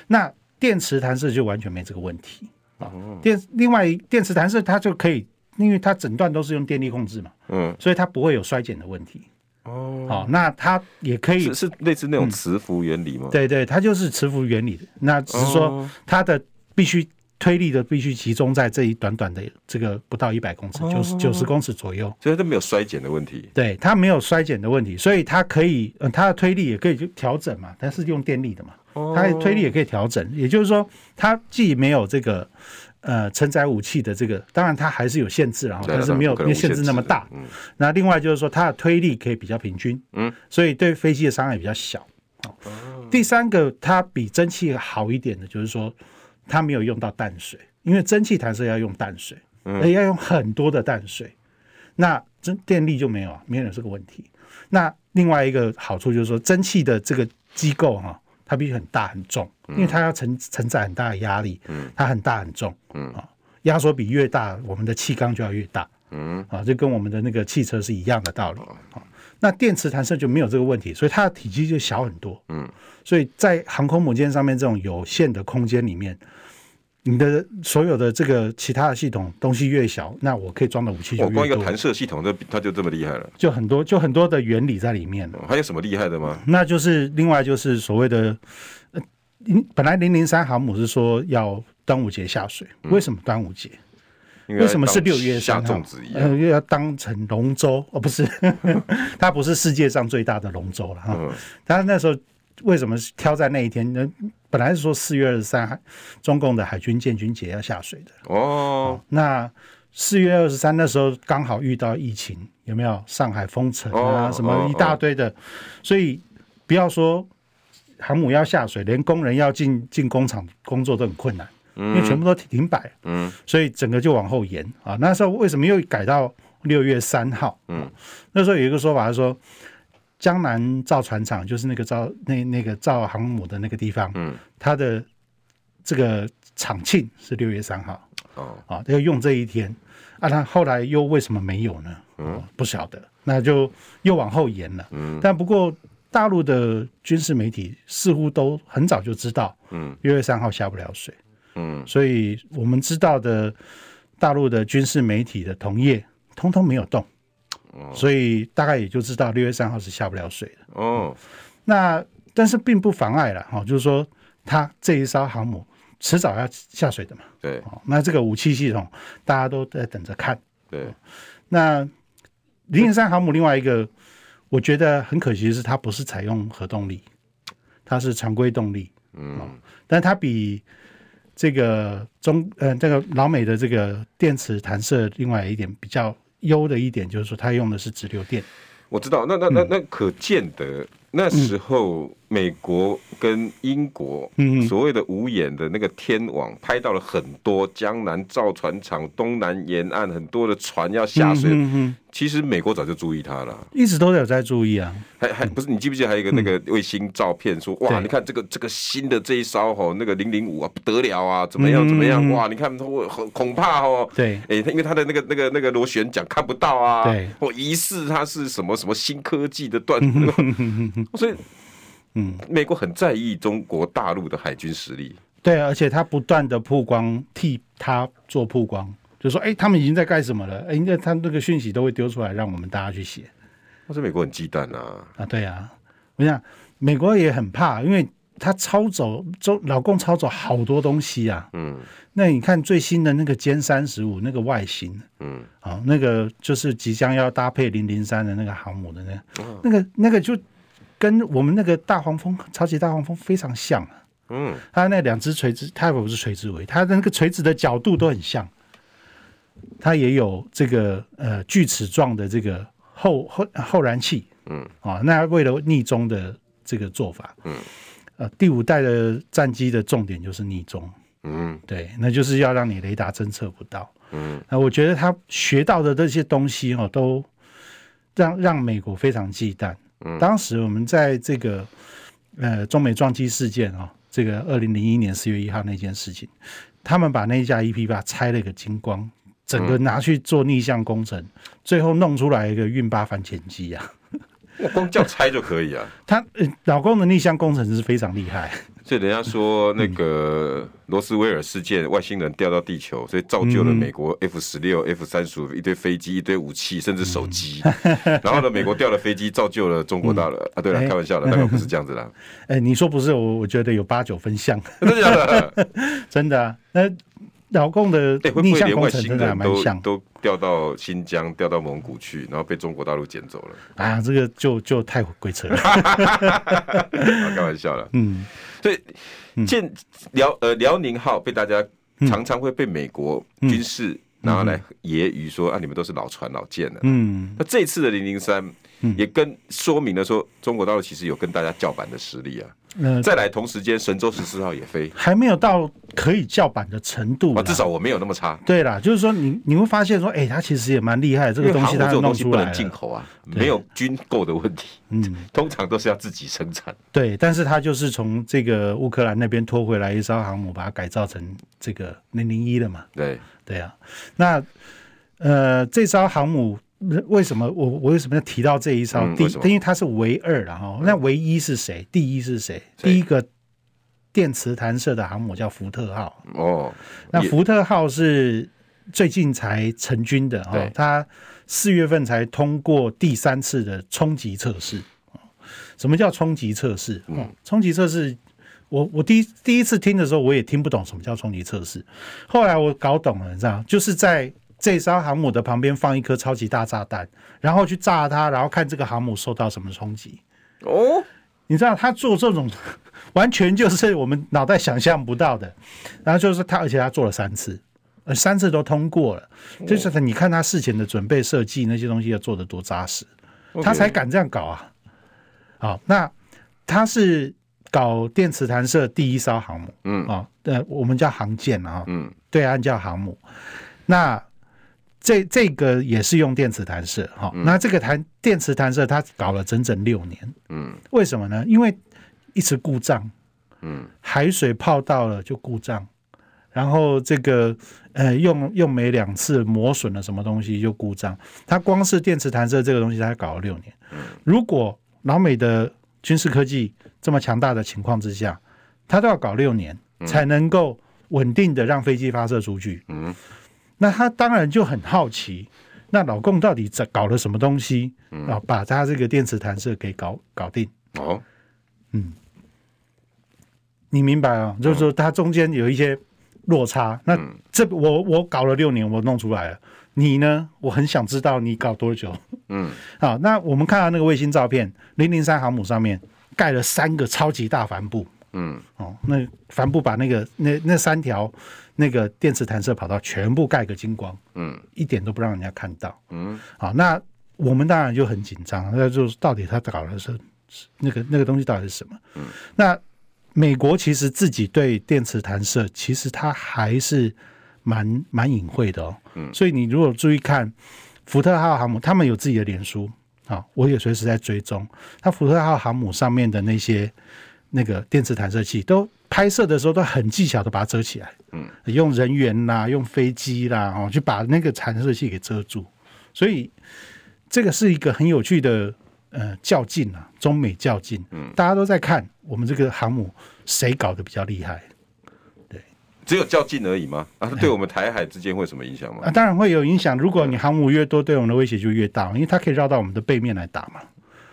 那电磁弹射就完全没这个问题。
哦，
电另外电磁弹射它就可以，因为它整段都是用电力控制嘛，
嗯，
所以它不会有衰减的问题。
哦，
好、那它也可以
是
嗯
是类似那种磁浮原理吗？
对对，它就是磁浮原理。那只是说
哦
它的必须推力的必须集中在这一短短的这个不到一百公尺，九十九十公尺左右。
所以它没有衰减的问题。
对，它没有衰减的问题，所以它可以，呃，它的推力也可以去调整嘛，它是用电力的嘛，它的推力也可以调整，也就是说，它既没有这个呃承载武器的这个，当然它还是有限制啦，然后
对啊
但是没有
当然不可能无限
限
制
制那么大。那另外就是说，它的推力可以比较平均，
嗯，
所以对飞机的伤害比较小。哦、第三个，它比蒸汽好一点的，就是说它没有用到淡水，因为蒸汽弹射要用淡水，
嗯
而要用很多的淡水。那蒸电力就没有啊，没有这个问题。那另外一个好处就是说，蒸汽的这个机构哈、它必须很大很重，因为它要承承载很大的压力，
嗯
它很大很重，哦
嗯
压缩比越大，我们的气缸就要越大
嗯
啊，就跟我们的那个汽车是一样的道理啊。那电磁弹射就没有这个问题，所以它的体积就小很多，
嗯，
所以在航空母舰上面这种有限的空间里面，你的所有的这个其他的系统东西越小，那我可以装的武器就
我哦
越
光一个
多，
弹射系统，这它就这么厉害了。哦
就很多就很多的原理在里面。
还有什么厉害的吗？
那就是另外就是所谓的，呃，零本来零零三航母是说要端午节下水，为什么端午节？
应该
为什么是
当
六月
下
三号
粽子一？
呃，又要当成龙舟哦，不是， 它不是世界上最大的龙舟了
嗯
哈。但是那时候为什么挑在那一天？呢？本来是说四月二十三，中共的海军建军节要下水的。
哦，
那四月二十三那时候刚好遇到疫情，有没有上海封城啊，
哦
什
哦
么一大堆的，所以不要说航母要下水，连工人要进进工厂工作都很困难，因为全部都停摆，
嗯
所以整个就往后延啊。那时候为什么又改到六月三号？啊
嗯，
那时候有一个说法是说，江南造船厂就是那个造那那个造航母的那个地方，
嗯，
它的这个厂庆是六月三号，
哦，
啊，要用这一天啊，那后来又为什么没有呢？啊
嗯，
不晓得，那就又往后延了。
嗯
但不过大陆的军事媒体似乎都很早就知道
嗯
六月三号下不了水，
嗯，
所以我们知道的大陆的军事媒体的同业通通没有动，所以大概也就知道六月三号是下不了水的。
哦，
那但是并不妨碍了哈、哦，就是说它这一艘航母迟早要下水的嘛。哦
对
那这个武器系统大家都在等着看。
对，
那零零三航母另外一个，我觉得很可惜的是它不是采用核动力，它是常规动力，哦
嗯
但它比这个中呃这个老美的这个电磁弹射另外一点比较优的一点，就是说它用的是直流电。
我知道，那
嗯
那那那可见得那时候美国跟英国
嗯
所谓的五眼的那个天网拍到了很多江南造船厂、东南沿岸很多的船要下水
嗯嗯嗯，
其实美国早就注意它了。啊
一直都有在注意啊，
还还不是你记不记得还有一个那
嗯
个卫星照片说哇，你看这个这个新的这一艘吼，那个零零五啊不得了啊，怎么样
嗯
怎么样
嗯
哇？你看我恐恐怕哦，
对
哎，它因为它的那个那个那个螺旋桨看不到啊，
对，
我疑似它是什么什么新科技的段，所以
嗯，
美国很在意中国大陆的海军实力，
对，啊而且它不断的曝光，替它做曝光，就说哎、他们已经在干什么了？哎、那他那个讯息都会丢出来，让我们大家去写。
但是美国很忌惮啊，
啊，对啊，我想美国也很怕，因为他抄走中老共抄走好多东西啊。
嗯
那你看最新的那个歼三十五那个外形
嗯，
啊、那个就是即将要搭配零零三的那个航母的那个，
哦
那个那个就跟我们那个大黄蜂超级大黄蜂非常像啊。
嗯，
它那两只垂直，它不是垂直尾，它的那个垂直的角度都很像。它也有这个呃锯齿状的这个后后后燃器，
嗯
啊，那为了逆中的这个做法，
嗯，
呃，第五代的战机的重点就是逆中，
嗯
对，那就是要让你雷达侦测不到。
嗯
那我觉得他学到的这些东西哦，都让让美国非常忌惮。
嗯
当时我们在这个呃中美撞击事件哦，这个二零零一年四月一号那件事情，他们把那架 EP 八拆了个精光，
嗯
整个拿去做逆向工程，最后弄出来一个运八反潜机啊。
我光叫猜就可以啊，
他、呃、老公的逆向工程是非常厉害，
所以人家说
嗯
那个罗斯威尔事件，外星人掉到地球，所以造就了美国
嗯
F 十六、F 三十五一堆飞机、一堆武器，甚至手 机。然后呢，美国掉了飞机，造就了中国大陆啊。对了，
哎
开玩笑的，大概不是这样子 啦。
哎，你说不是？我我觉得有八九分像，
真的假的？
真的、啊。那老共的
哎，会不
逆
会
向
连
工
外
程
星
真的还
人
蛮
都
像
都掉到新疆、掉到蒙古去，然后被中国大陆捡走了？
啊，这个就就太鬼 扯了。
啊，开玩笑了。
嗯，
所以建辽呃辽宁号被大家
嗯
常常会被美国军事拿来揶揄说啊，你们都是老船老舰了。
嗯
那这次的零零三也跟说明了说，中国大陆其实有跟大家叫板的实力啊。
呃，
再来，同时间神舟十四号也飞
还没有到可以叫板的程度啦
啊，至少我没有那么差。
对啦，就是说你你会发现说，哎、它其实也蛮厉害，这个
因为
东
航
西
母
它
这种
弄
东西
出
不
来
能
了
进口啊，
对
没有军购的问题，
嗯，
通常都是要自己生产。
对，但是它就是从这个乌克兰那边拖回来一艘航母，把它改造成这个零零一了嘛。
对，
对啊，那呃，这艘航母为什么我我为什么要提到这一艘
嗯？
第、
为什么嗯
因为它是唯二然后那唯一是谁？第一是谁？第一个电磁弹射的航母叫福特号。
哦，
那福特号是最近才成军的哈
对，
它四月份才通过第三次的冲击测试。哦什么叫冲击测试？嗯，冲击测试，我我第一第一次听的时候，我也听不懂什么叫冲击测试，后来我搞懂了，你知道，就是在这艘航母的旁边放一颗超级大炸弹，然后去炸它，然后看这个航母受到什么冲击。
哦，
你知道他做这种 完全就是我们脑袋想象不到的，然后就是他，而且他做了三次，呃，三次都通过了，就是他你看他事前的准备设计那些东西要做的多扎实，他才敢这样搞啊。好，那他是搞电磁弹射第一艘航母，
嗯
啊、呃，我们叫航舰啊、
嗯，
对岸叫航母。那这这个也是用电磁弹射哈、那这个弹电磁弹射它搞了整整六年，
嗯
为什么呢？因为一直故障，
嗯，
海水泡到了就故障，然后这个呃用用没两次磨损了什么东西就故障。它光是电磁弹射这个东西，它搞了六年。
嗯
如果老美的军事科技这么强大的情况之下，它都要搞六年才能够稳定的让飞机发射出去。
嗯，
那他当然就很好奇，那老共到底在搞了什么东西，啊、把他这个电磁弹射给搞搞定。
哦，
嗯，你明白
嗯
啊、就是说它中间有一些落差。那这我我搞了六年，我弄出来了。你呢？我很想知道你搞多久。
嗯，
好，那我们看到那个卫星照片，零零三航母上面盖了三个超级大帆布。
嗯，
哦，那帆布把那个那那三条那个电磁弹射跑道全部盖个精光，
嗯
一点都不让人家看到。
嗯
好，那我们当然就很紧张，那就是到底他搞的是是那个那个东西到底是什么？
嗯，
那美国其实自己对电磁弹射，其实它还是蛮蛮隐晦的哦。
嗯
所以你如果注意看福特号航母，他们有自己的脸书啊，我也随时在追踪。那福特号航母上面的那些那个电磁弹射器，都拍摄的时候都很技巧的把它遮起来，
嗯，
用人员啦，用飞机啦，哦，去把那个弹射器给遮住。所以这个是一个很有趣的呃较劲啊，中美较劲，嗯，大家都在看我们这个航母谁搞得比较厉害
只有较劲而已吗？啊，对我们台海之间会有什么影响吗？
啊，当然会有影响。如果你航母越多，对啊我们的威胁就越大，因为它可以绕到我们的背面来打嘛。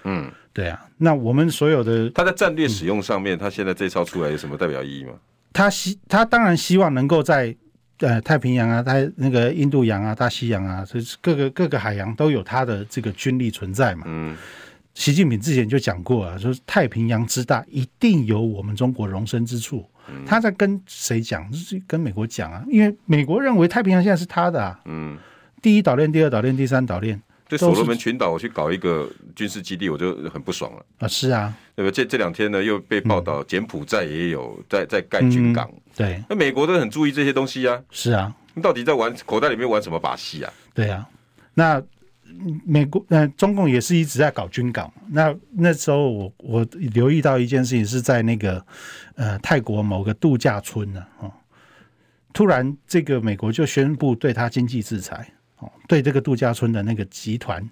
嗯，
对啊，那我们所有的
它在战
嗯
略使用上面，它现在这一招出来有什么代表意义吗？
他希他当然希望能够在呃太平洋啊、太那个印度洋啊、大西洋啊，这各个各个海洋都有他的这个军力存在嘛。
嗯，
习近平之前就讲过啊，说太平洋之大，一定有我们中国容身之处。他在跟谁讲？就是跟美国讲啊，因为美国认为太平洋现在是他的、啊，
嗯，
第一岛链、第二岛链、第三岛链
对所
都
罗
是
门群岛我去搞一个军事基地，我就很不爽了。
啊，是啊，
对吧？这这两天呢，又被报道柬埔寨也有在在盖军港，
嗯对，
那美国都很注意这些东西啊。
是啊，
你到底在玩口袋里面玩什么把戏啊？
对啊，那嗯美国呃，中共也是一直在搞军港。那那时候我我留意到一件事情，是在那个呃泰国某个度假村呢、啊，哦，突然这个美国就宣布对他经济制裁，哦，对这个度假村的那个集团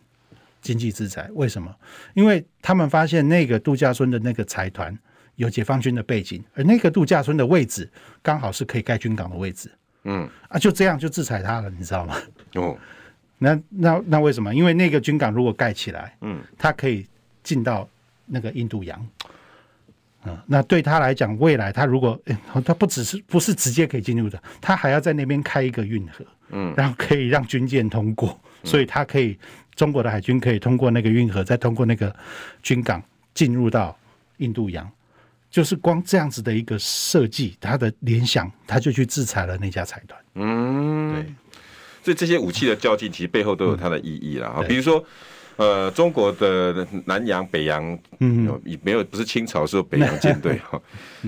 经济制裁。为什么？因为他们发现那个度假村的那个财团有解放军的背景，而那个度假村的位置刚好是可以盖军港的位置
嗯，
啊，就这样就制裁他了，你知道吗？
哦，
那那那为什么？因为那个军港如果盖起来，
嗯，
它可以进到那个印度洋，啊、那对他来讲，未来他如果、诶他不只是不是直接可以进入的，他还要在那边开一个运河，
嗯
然后可以让军舰通过，所以他可以中国的海军可以通过那个运河，再通过那个军港进入到印度洋。就是光这样子的一个设计，他的联想，他就去制裁了那家财团。
嗯，对，所以这些武器的较劲，其实背后都有它的意义啦。哈、比如说，呃，中国的南洋、北洋，
嗯
呃，也没有不是清朝是有北洋舰 队哈，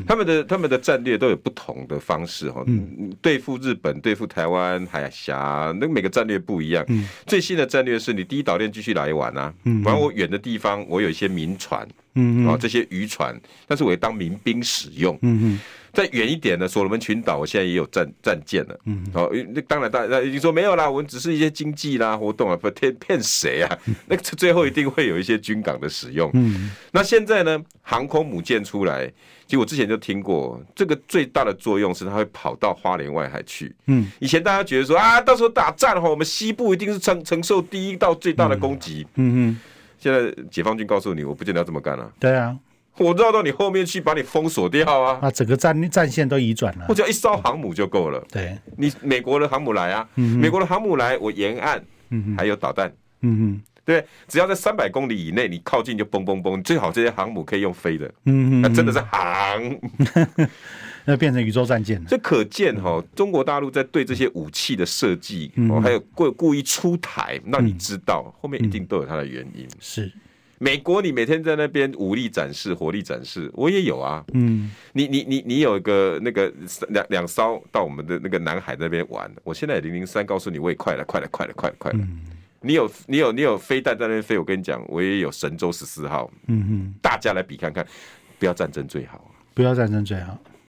他们的他们的战略都有不同的方式哈、嗯，对付日本、对付台湾海峡，那每个战略不一样。
嗯
最新的战略是你第一岛链继续来玩啊，
嗯
玩我远的地方，我有一些民船，
嗯
然后这些渔船，但是我也当民兵使用。
嗯
再远一点呢，所罗门群岛，我现在也有战战舰了。
嗯
好、哦，那当然，大家已经说没有啦，我们只是一些经济啦活动啊，不 骗骗谁 啊？那最后一定会有一些军港的使用。
嗯
那现在呢，航空母舰出来，其实我之前就听过，这个最大的作用是它会跑到花莲外海去。
嗯
以前大家觉得说啊，到时候打仗的话，我们西部一定是承承受第一到最大的攻击。
嗯嗯，
现在解放军告诉你，我不见得要这么干啊，
对啊，
我绕到你后面去把你封锁掉啊，
啊，整个战战线都移转了。
我只要一艘航母就够了。
对，
你美国的航母来啊，
嗯哼
美国的航母来，我沿岸
嗯
还有导弹。
嗯
对，啊只要在三百公里以内，你靠近就嘣嘣嘣。最好这些航母可以用飞的，
嗯嗯
那真的是航。
那变成宇宙战舰了。
这可见哈、中国大陆在对这些武器的设计，哦，
嗯
还有故故意出台，让你知道后面一定都有它的原因。
是，
美国你每天在那边武力展示、火力展示，我也有啊。
嗯
你你你你有一个那个两两艘到我们的那个南海那边玩，我现在零零三告诉你，我也快了，快了，快了，快了，快了。你有你有你有飞弹在那边飞，我跟你讲，我也有神舟十四号，
嗯嗯，
大家来比看看，不要战争最好。
不要战争最好。